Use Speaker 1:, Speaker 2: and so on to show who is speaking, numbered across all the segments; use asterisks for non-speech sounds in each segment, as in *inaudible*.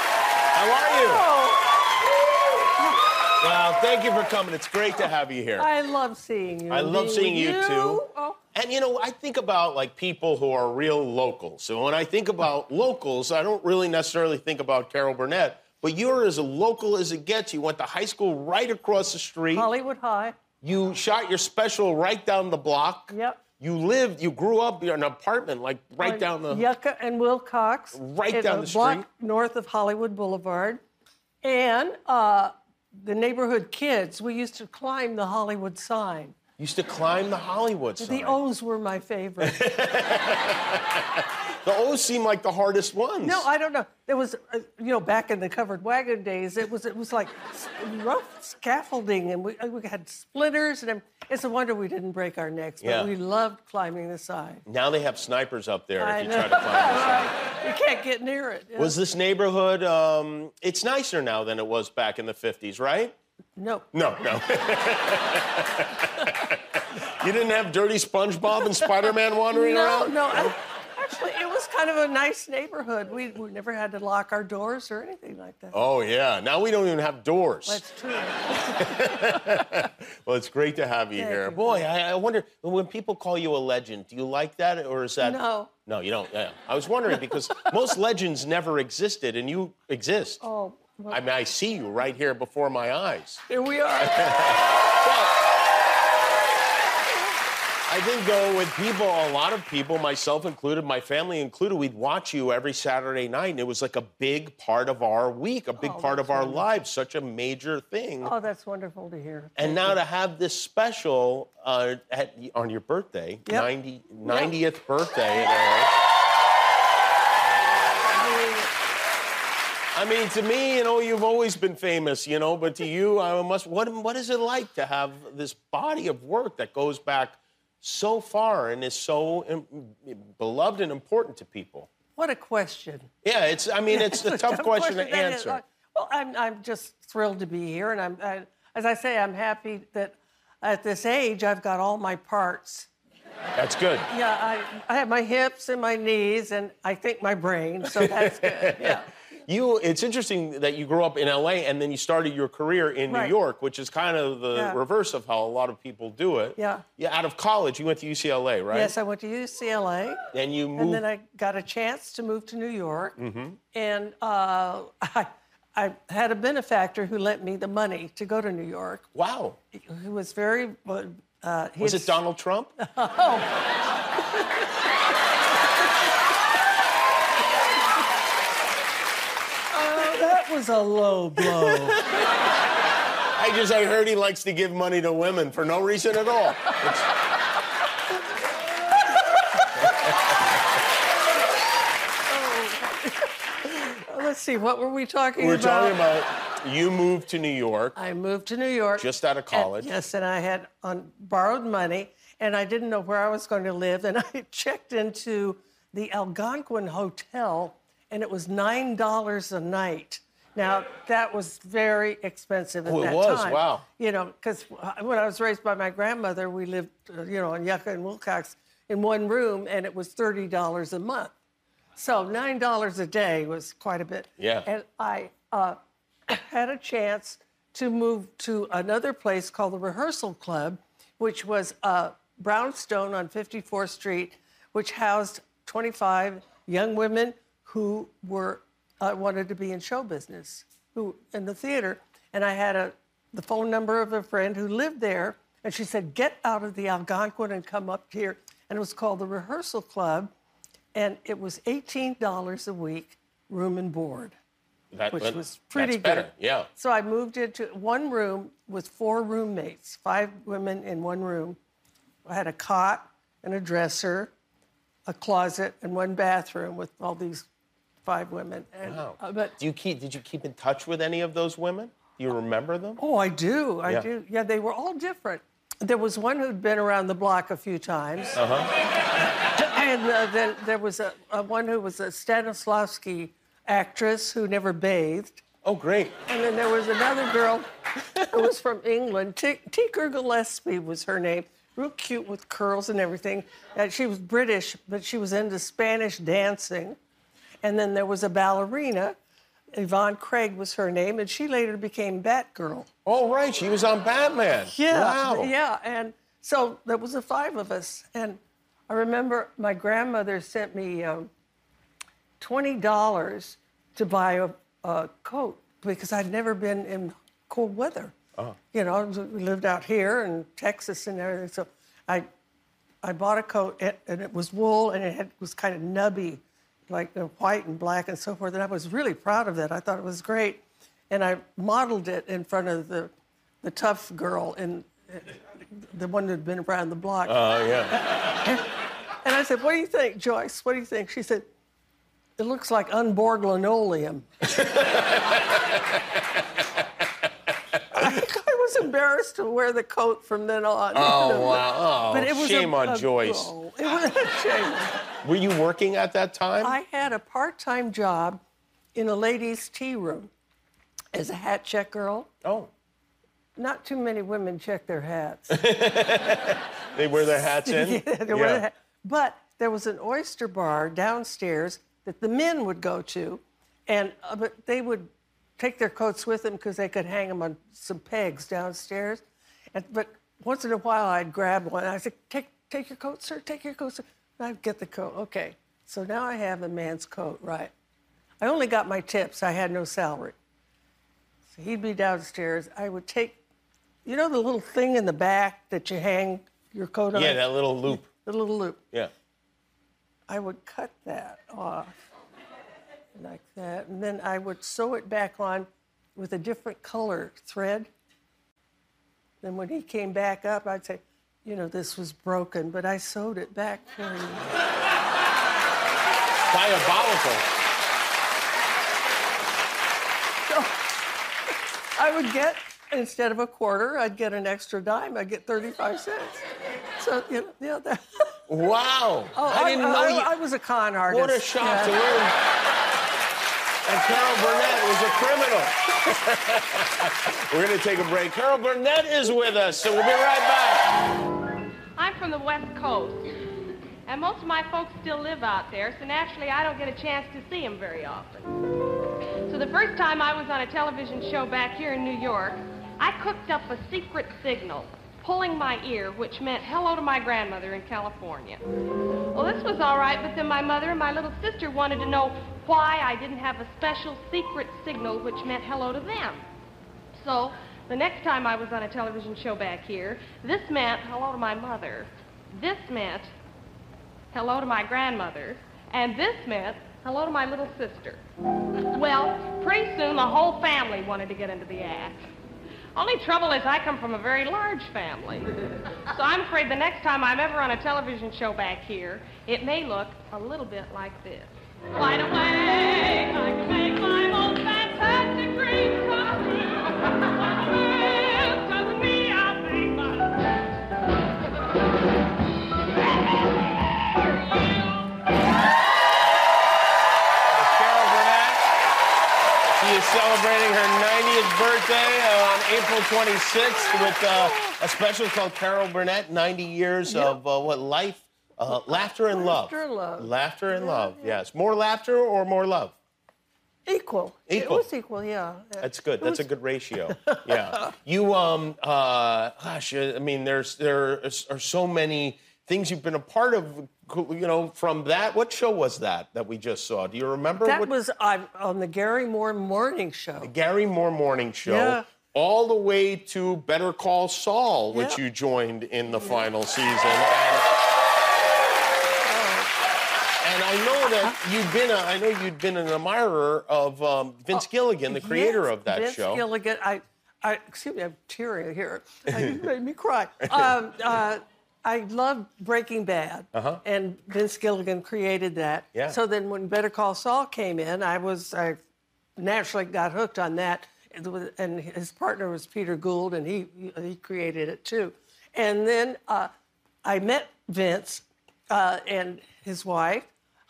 Speaker 1: How are you?
Speaker 2: Oh.
Speaker 1: Well, thank you for coming. It's great to have you here.
Speaker 2: I love seeing you.
Speaker 1: I
Speaker 2: and
Speaker 1: love
Speaker 2: being
Speaker 1: seeing you
Speaker 2: with
Speaker 1: too.
Speaker 2: Oh,
Speaker 1: And you know, I think about like people who are real locals. So when I think about locals, I don't really necessarily think about Carol Burnett. But you're as local as it gets. You went to high school right across the street.
Speaker 2: Hollywood High.
Speaker 1: You shot your special right down the block.
Speaker 2: Yep. Oh,
Speaker 1: You lived, you grew up in an apartment like right down the.
Speaker 2: Yucca and Wilcox.
Speaker 1: Right
Speaker 2: in
Speaker 1: down
Speaker 2: a
Speaker 1: the street.
Speaker 2: Block north of Hollywood Boulevard, and uh, the neighborhood kids. We used to climb the Hollywood sign.
Speaker 1: Used to climb the Hollywood sign.
Speaker 2: The O's were my favorite.
Speaker 1: The O's seem like the hardest ones.
Speaker 2: No, I don't know. There was, uh, you know, back in the covered wagon days, it was it was like s- rough scaffolding, and we uh, we had splinters, and everything. it's a wonder we didn't break our necks. But
Speaker 1: Yeah.
Speaker 2: we loved climbing the side.
Speaker 1: Now they have snipers up there
Speaker 2: I
Speaker 1: if you
Speaker 2: know.
Speaker 1: try to
Speaker 2: *laughs*
Speaker 1: climb the sign.
Speaker 2: you can't get near it.
Speaker 1: Was this neighborhood? Um, it's nicer now than it was back in the 50s, right?
Speaker 2: no.
Speaker 1: No, no. *laughs* you didn't have dirty SpongeBob and Spider-Man wandering
Speaker 2: No,
Speaker 1: around.
Speaker 2: no. I- actually, it was kind of a nice neighborhood. We, we never had to lock our doors or anything like that.
Speaker 1: Oh yeah, now we don't even have doors.
Speaker 2: That's true.
Speaker 1: Well, it's great to have you
Speaker 2: Thank
Speaker 1: here.
Speaker 2: you.
Speaker 1: Boy, I, I wonder when people call you a legend, do you like that or is that?
Speaker 2: No.
Speaker 1: No, you don't. Yeah. I was
Speaker 2: *laughs*
Speaker 1: wondering because most legends never existed, and you exist.
Speaker 2: Oh, well,
Speaker 1: I mean, I see you right here before my eyes.
Speaker 2: here
Speaker 1: *laughs*
Speaker 2: we are.
Speaker 1: I think though, with people, a lot of people, myself included, my family included, we'd watch you every Saturday night, and it was like a big part of our week, a big
Speaker 2: Oh,
Speaker 1: part of
Speaker 2: that's
Speaker 1: our
Speaker 2: wonderful.
Speaker 1: lives, such a major thing.
Speaker 2: Oh, that's wonderful to hear.
Speaker 1: And now to have this special uh, at, on your birthday,
Speaker 2: Yep.
Speaker 1: 90, 90th birthday. in a row. I mean, to me, you know, you've always been famous, you know, but to you, I must. What, what is it like to have this body of work that goes back so far and is so im- beloved and important to people?
Speaker 2: What a question.
Speaker 1: Yeah, it's. I mean, it's
Speaker 2: *laughs*
Speaker 1: a tough question to
Speaker 2: That is-
Speaker 1: answer.
Speaker 2: well, I'm, I'm just thrilled to be here, and I'm, I, as I say, I'm happy that at this age I've got all my parts.
Speaker 1: That's good.
Speaker 2: Yeah, I, I have my hips and my knees, and I think my brain, so that's
Speaker 1: *laughs*
Speaker 2: good. Yeah.
Speaker 1: You. It's interesting that you grew up in L.A. and then you started your career in
Speaker 2: Right.
Speaker 1: New York, which is kind of the
Speaker 2: Yeah.
Speaker 1: reverse of how a lot of people do it.
Speaker 2: Yeah.
Speaker 1: Yeah. Out of college, you went to UCLA, right?
Speaker 2: Yes, I went to UCLA.
Speaker 1: And you moved.
Speaker 2: And then I got a chance to move to New York,
Speaker 1: Mm-hmm.
Speaker 2: and uh, *laughs* I, I had a benefactor who lent me the money to go to New York.
Speaker 1: wow.
Speaker 2: Who was very uh, he
Speaker 1: Was
Speaker 2: had
Speaker 1: it
Speaker 2: *laughs*
Speaker 1: Donald Trump?
Speaker 2: Oh. That was a low blow.
Speaker 1: I just I heard he likes to give money to women for no reason at all. It's-
Speaker 2: Let's see, what were we talking
Speaker 1: We're
Speaker 2: about?
Speaker 1: talking about you moved to New York.
Speaker 2: I moved to New York.
Speaker 1: Just out of
Speaker 2: and-
Speaker 1: college.
Speaker 2: yes, and I had on borrowed money, and I didn't know where I was going to live, and *laughs* I checked into the Algonquin Hotel, and it was nine dollars a night. Now that was very expensive at
Speaker 1: Oh, it
Speaker 2: that
Speaker 1: was,
Speaker 2: time.
Speaker 1: wow.
Speaker 2: You know, because when I was raised by my grandmother, we lived, uh, you know, on Yucca and Wilcox in one room, and it was thirty dollars a month. So nine dollars a day was quite a bit.
Speaker 1: Yeah.
Speaker 2: And I uh, *coughs* had a chance to move to another place called the Rehearsal Club, which was uh, brownstone on 54th Street, which housed 25 young women who were uh, wanted to be in show business, who in the theater. And I had a the phone number of a friend who lived there, and she said, "Get out of the Algonquin and come up here." And it was called the Rehearsal Club, and it was $18 a week, room and board
Speaker 1: That,
Speaker 2: which
Speaker 1: but
Speaker 2: was pretty
Speaker 1: that's better.
Speaker 2: good.
Speaker 1: Yeah.
Speaker 2: So I moved into one room with four roommates, five women in one room. I had a cot and a dresser, a closet, and one bathroom with all these five women. And,
Speaker 1: Wow.
Speaker 2: uh, but
Speaker 1: Do you keep? Did you keep in touch with any of those women? Do you remember them?
Speaker 2: oh, I do, I
Speaker 1: Yeah.
Speaker 2: do. Yeah, they were all different. There was one who'd been around the block a few times. and uh, then there was a, a one who was a Stanislavski actress who never bathed.
Speaker 1: Oh, great.
Speaker 2: And then there was another girl who was from England. T- Tinker Gillespie was her name. Real cute with curls and everything. And she was British, but she was into Spanish dancing. And then there was a ballerina Yvonne Craig was her name, and she later became Batgirl.
Speaker 1: Oh, right. She was on Batman.
Speaker 2: Yeah.
Speaker 1: Wow.
Speaker 2: Yeah. And so there was the five of us. And I remember my grandmother sent me um, $20 to buy a, a coat because I'd never been in cold weather. You know, we lived out here in Texas and everything. So I, I bought a coat and- and it was wool and it had, was kind of nubby, like you know, white and black and so forth. And I was really proud of that. I thought it was great. And I modeled it in front of the, the tough girl in the one that'd been around the block.
Speaker 1: Oh, yeah.
Speaker 2: And I said, What do you think, Joyce? What do you think? She said, It looks like unbored linoleum. *laughs* I, was embarrassed to wear the coat from then on.
Speaker 1: Oh, wow. Oh,
Speaker 2: But it was a-
Speaker 1: shame on
Speaker 2: a-
Speaker 1: Joyce.
Speaker 2: oh, *laughs* it was a shame.
Speaker 1: Were you working at that time?
Speaker 2: I had a part time job in a ladies' tea room as a hat check girl.
Speaker 1: oh.
Speaker 2: Not too many women check their hats.
Speaker 1: They wear their hats in?
Speaker 2: *laughs* Yeah, there were that. But there was an oyster bar downstairs that the men would go to, and uh, but they would take their coats with them because they could hang them on some pegs downstairs. And, but once in a while, I'd grab one. I said, "Take, take your coat, sir. Take your coat, sir." And I'd get the coat. Okay, so now I have a man's coat, right? I only got my tips. I had no salary. So he'd be downstairs. I would take, you know, the little thing in the back that you hang your coat on
Speaker 1: Yeah, that little loop.
Speaker 2: the little loop.
Speaker 1: Yeah.
Speaker 2: I would cut that off like that, and then I would sew it back on with a different color thread. Then when he came back up, I'd say, you know, this was broken, but I sewed it back for you.
Speaker 1: Diabolical.
Speaker 2: *laughs* I would get, instead of a quarter, I'd get an extra dime. I'd get 35 cents. So, you know, yeah, that, *laughs*
Speaker 1: Wow.
Speaker 2: oh,
Speaker 1: I didn't know
Speaker 2: I,
Speaker 1: you.
Speaker 2: I was a con artist.
Speaker 1: what a shock
Speaker 2: yeah.
Speaker 1: to learn that Carol Burnett was a criminal. *laughs* We're going to take a break. Carol Burnett is with us, so we'll be right back.
Speaker 3: I'm from the West Coast, and most of my folks still live out there, so naturally I don't get a chance to see them very often. So the first time I was on a television show back here in New York, I cooked up a secret signal, pulling my ear, which meant hello to my grandmother in California. Well, this was all right, but then my mother and my little sister wanted to know why I didn't have a special secret signal which meant hello to them. So, the next time I was on a television show back here, this meant hello to my mother. This meant hello to my grandmother. And this meant hello to my little sister. Well, pretty soon the whole family wanted to get into the act. Only trouble is I come from a very large family. So I'm afraid the next time I'm ever on a television show back here, it may look a little bit like this. Wide awake, I can make my most fantastic dreams come true. Wide awake, doesn't mean I'll make my...
Speaker 1: It's Carol Burnett. She is celebrating her 90th birthday uh, on April 26th with uh, a special called Carol Burnett 90 Years of uh, What Life, uh, Laughter and Love.
Speaker 2: Laughter and love.
Speaker 1: Laughter and Love, yes. More laughter or more love?
Speaker 2: Equal. It
Speaker 1: Equal.
Speaker 2: was equal, yeah.
Speaker 1: That's good. That's a
Speaker 2: *laughs*
Speaker 1: good ratio. Yeah. You um uh gosh, uh, I mean there's there is- are so many things you've been a part of you know from that what show was that that we just saw? Do you remember
Speaker 2: That
Speaker 1: what
Speaker 2: was i on the Gary Moore Morning Show.
Speaker 1: Gary Moore morning show?
Speaker 2: Yeah.
Speaker 1: All the way to Better Call Saul, which
Speaker 2: Yeah.
Speaker 1: you joined in the final season. And, and I know
Speaker 2: Uh-huh.
Speaker 1: that you've been a, I know you'd been an admirer of um, Vince Gilligan, the creator
Speaker 2: Oh, Yes,
Speaker 1: of that
Speaker 2: Vince
Speaker 1: show.
Speaker 2: Gilligan. I, I, excuse me, I'm tearing
Speaker 1: *laughs*
Speaker 2: here. Uh, You made me cry. Um, uh, I loved Breaking Bad, and Vince Gilligan created that.
Speaker 1: Uh-huh. Yeah.
Speaker 2: So then, when Better Call Saul came in, I was I naturally got hooked on that, and it was- and his partner was Peter Gould, and he he created it too. And then uh, I met Vince uh, and his wife,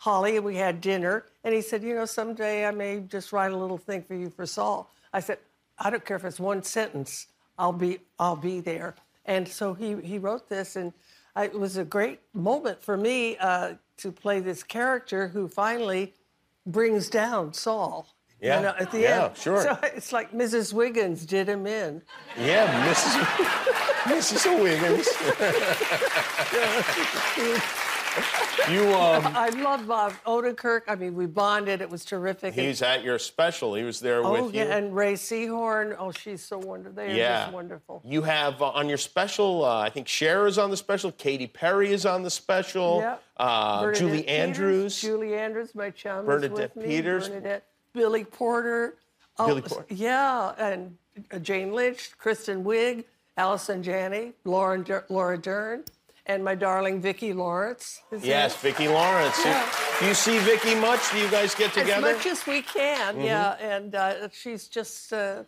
Speaker 2: Holly, and we had dinner. And he said, You know, someday I may just write a little thing for you for Saul. I said, I don't care if it's one sentence. I'll be, I'll be there. And so he, he wrote this, and I, it was a great moment for me uh, to play this character who finally brings down Saul. you
Speaker 1: Yeah,
Speaker 2: know, at the
Speaker 1: yeah,
Speaker 2: end.
Speaker 1: sure.
Speaker 2: So *laughs* it's like Mrs. Wiggins did him in.
Speaker 1: Yeah, Mrs. Mrs. Wiggins. you um,
Speaker 2: I love Bob Odenkirk. I mean, we bonded. It was terrific. And-
Speaker 1: he's at your special. He was there
Speaker 2: oh,
Speaker 1: with you.
Speaker 2: yeah, and Ray Seahorn. Oh, she's so wonderful. They are
Speaker 1: yeah,
Speaker 2: just wonderful.
Speaker 1: You have uh, on your special. Uh, I think Cher is on the special. Katy Perry is on the special.
Speaker 2: Yep.
Speaker 1: Uh,
Speaker 2: Bernadette
Speaker 1: Julie
Speaker 2: Peters,
Speaker 1: Andrews.
Speaker 2: Julie Andrews, my chum.
Speaker 1: Bernadette
Speaker 2: is with me,
Speaker 1: Peters.
Speaker 2: Bernadette. Billy Porter. Oh,
Speaker 1: Billy Porter.
Speaker 2: Yeah, and uh, Jane Lynch, Kristen Wiig, Allison Janney, Lauren Dur- Laura Dern, and my darling Vicki Lawrence. is in
Speaker 1: Yes,
Speaker 2: it.
Speaker 1: Vicki Lawrence.
Speaker 2: Yeah.
Speaker 1: Do you see Vicki much? Do you guys get
Speaker 2: As
Speaker 1: together? Mm-hmm.
Speaker 2: much as we can, yeah. And uh, she's just, uh,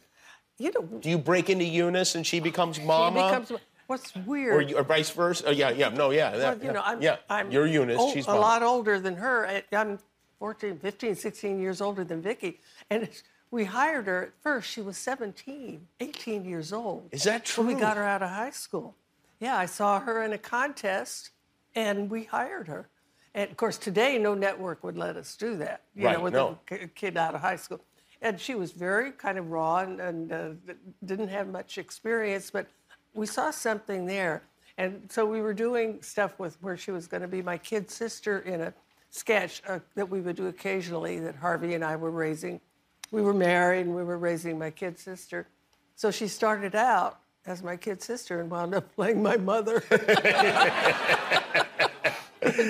Speaker 2: you know,
Speaker 1: Do you break into Eunice and she becomes
Speaker 2: she
Speaker 1: mama?
Speaker 2: becomes. What's weird?
Speaker 1: or, you- or vice versa? Oh, yeah, yeah, no, yeah.
Speaker 2: Well,
Speaker 1: that-
Speaker 2: you
Speaker 1: yeah.
Speaker 2: know, I'm,
Speaker 1: yeah.
Speaker 2: I'm
Speaker 1: you're Eunice.
Speaker 2: ol-
Speaker 1: she's
Speaker 2: a
Speaker 1: mama.
Speaker 2: lot older than her. I- I'm 14, 15, 16 years older than Vicky. And it's- we hired her at first. She was 17, 18 years old.
Speaker 1: Is that
Speaker 2: When we
Speaker 1: true?
Speaker 2: got her out of high school. Yeah, I saw her in a contest and we hired her. And of course, today, no network would let us do that, you
Speaker 1: Right,
Speaker 2: know, with
Speaker 1: no.
Speaker 2: a k- kid out of high school. And she was very kind of raw and, and uh, d- didn't have much experience, but we saw something there. And so we were doing stuff with where she was going to be my kid sister in a sketch uh, that we would do occasionally that Harvey and I were raising. We were married and we were raising my kid sister. So she started out as my kid sister and wound up *laughs* playing my
Speaker 1: *laughs*
Speaker 2: mother.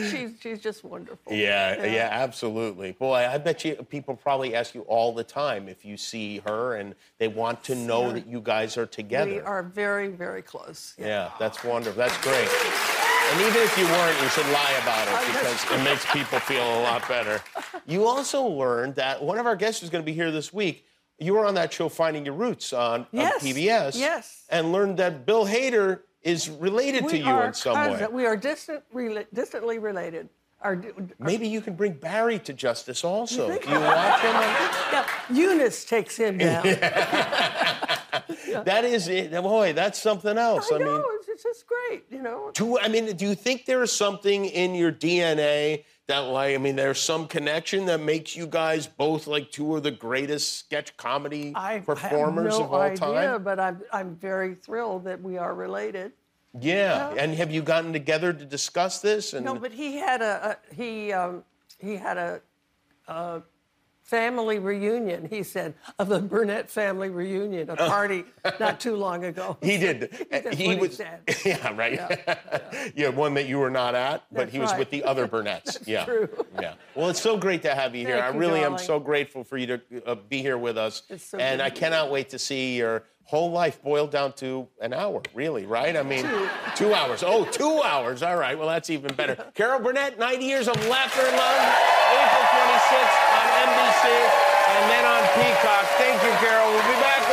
Speaker 2: she's, she's just wonderful.
Speaker 1: Yeah, yeah, absolutely. Boy, I bet you people probably ask you all the time if you see her and they want to know that you guys are together.
Speaker 2: We are very, very close.
Speaker 1: Yeah, that's wonderful. That's great. And even if you weren't, you should lie about it because it makes people feel a lot better. You also learned that one of our guests who's going to be here this week. You were on that show, Finding Your Roots, on, on
Speaker 2: Yes,
Speaker 1: PBS.
Speaker 2: yes.
Speaker 1: And learned that Bill Hader is related to
Speaker 2: We
Speaker 1: you
Speaker 2: are
Speaker 1: in some way.
Speaker 2: cousin- We are distant, rela- distantly related. Our, di-
Speaker 1: Maybe you can bring Barry to justice also. Do you watch him? on-
Speaker 2: yeah, Eunice takes him
Speaker 1: *laughs*
Speaker 2: down.
Speaker 1: That is it. Boy, that's something else. I,
Speaker 2: I know,
Speaker 1: mean,
Speaker 2: it's- it's just great, you know.
Speaker 1: do I mean, do you think there is something in your DNA that, like, I mean, there's some connection that makes you guys both like two of the greatest sketch comedy
Speaker 2: I
Speaker 1: performers
Speaker 2: have no
Speaker 1: of all
Speaker 2: idea,
Speaker 1: time?
Speaker 2: but I'm, I'm very thrilled that we are related.
Speaker 1: Yeah. And have you gotten together to discuss this? And
Speaker 2: No, but he had a, a he um, he had a, a family reunion. He said of the Burnett family reunion, a party not too long ago.
Speaker 1: Oh. he did.
Speaker 2: That's
Speaker 1: he
Speaker 2: what he
Speaker 1: was.
Speaker 2: said.
Speaker 1: *laughs* Yeah, right. Yeah. one that *laughs* you were not at, but
Speaker 2: That's
Speaker 1: he was
Speaker 2: right.
Speaker 1: with the
Speaker 2: *laughs*
Speaker 1: other Burnett's. yeah.
Speaker 2: true.
Speaker 1: Yeah. Well, it's so great to have you here.
Speaker 2: Thank
Speaker 1: I
Speaker 2: you,
Speaker 1: really am
Speaker 2: darling.
Speaker 1: so grateful for you to uh, be here with us.
Speaker 2: It's so
Speaker 1: and
Speaker 2: good
Speaker 1: I
Speaker 2: to be
Speaker 1: cannot wait to see your whole life boiled down to an hour, really, right? I mean, two, hours. Oh, two hours. All right. Well, that's even better. Carol Burnett, 90 Years of Laughter and Love, April 26th on NBC and then on Peacock. Thank you, Carol. We'll be back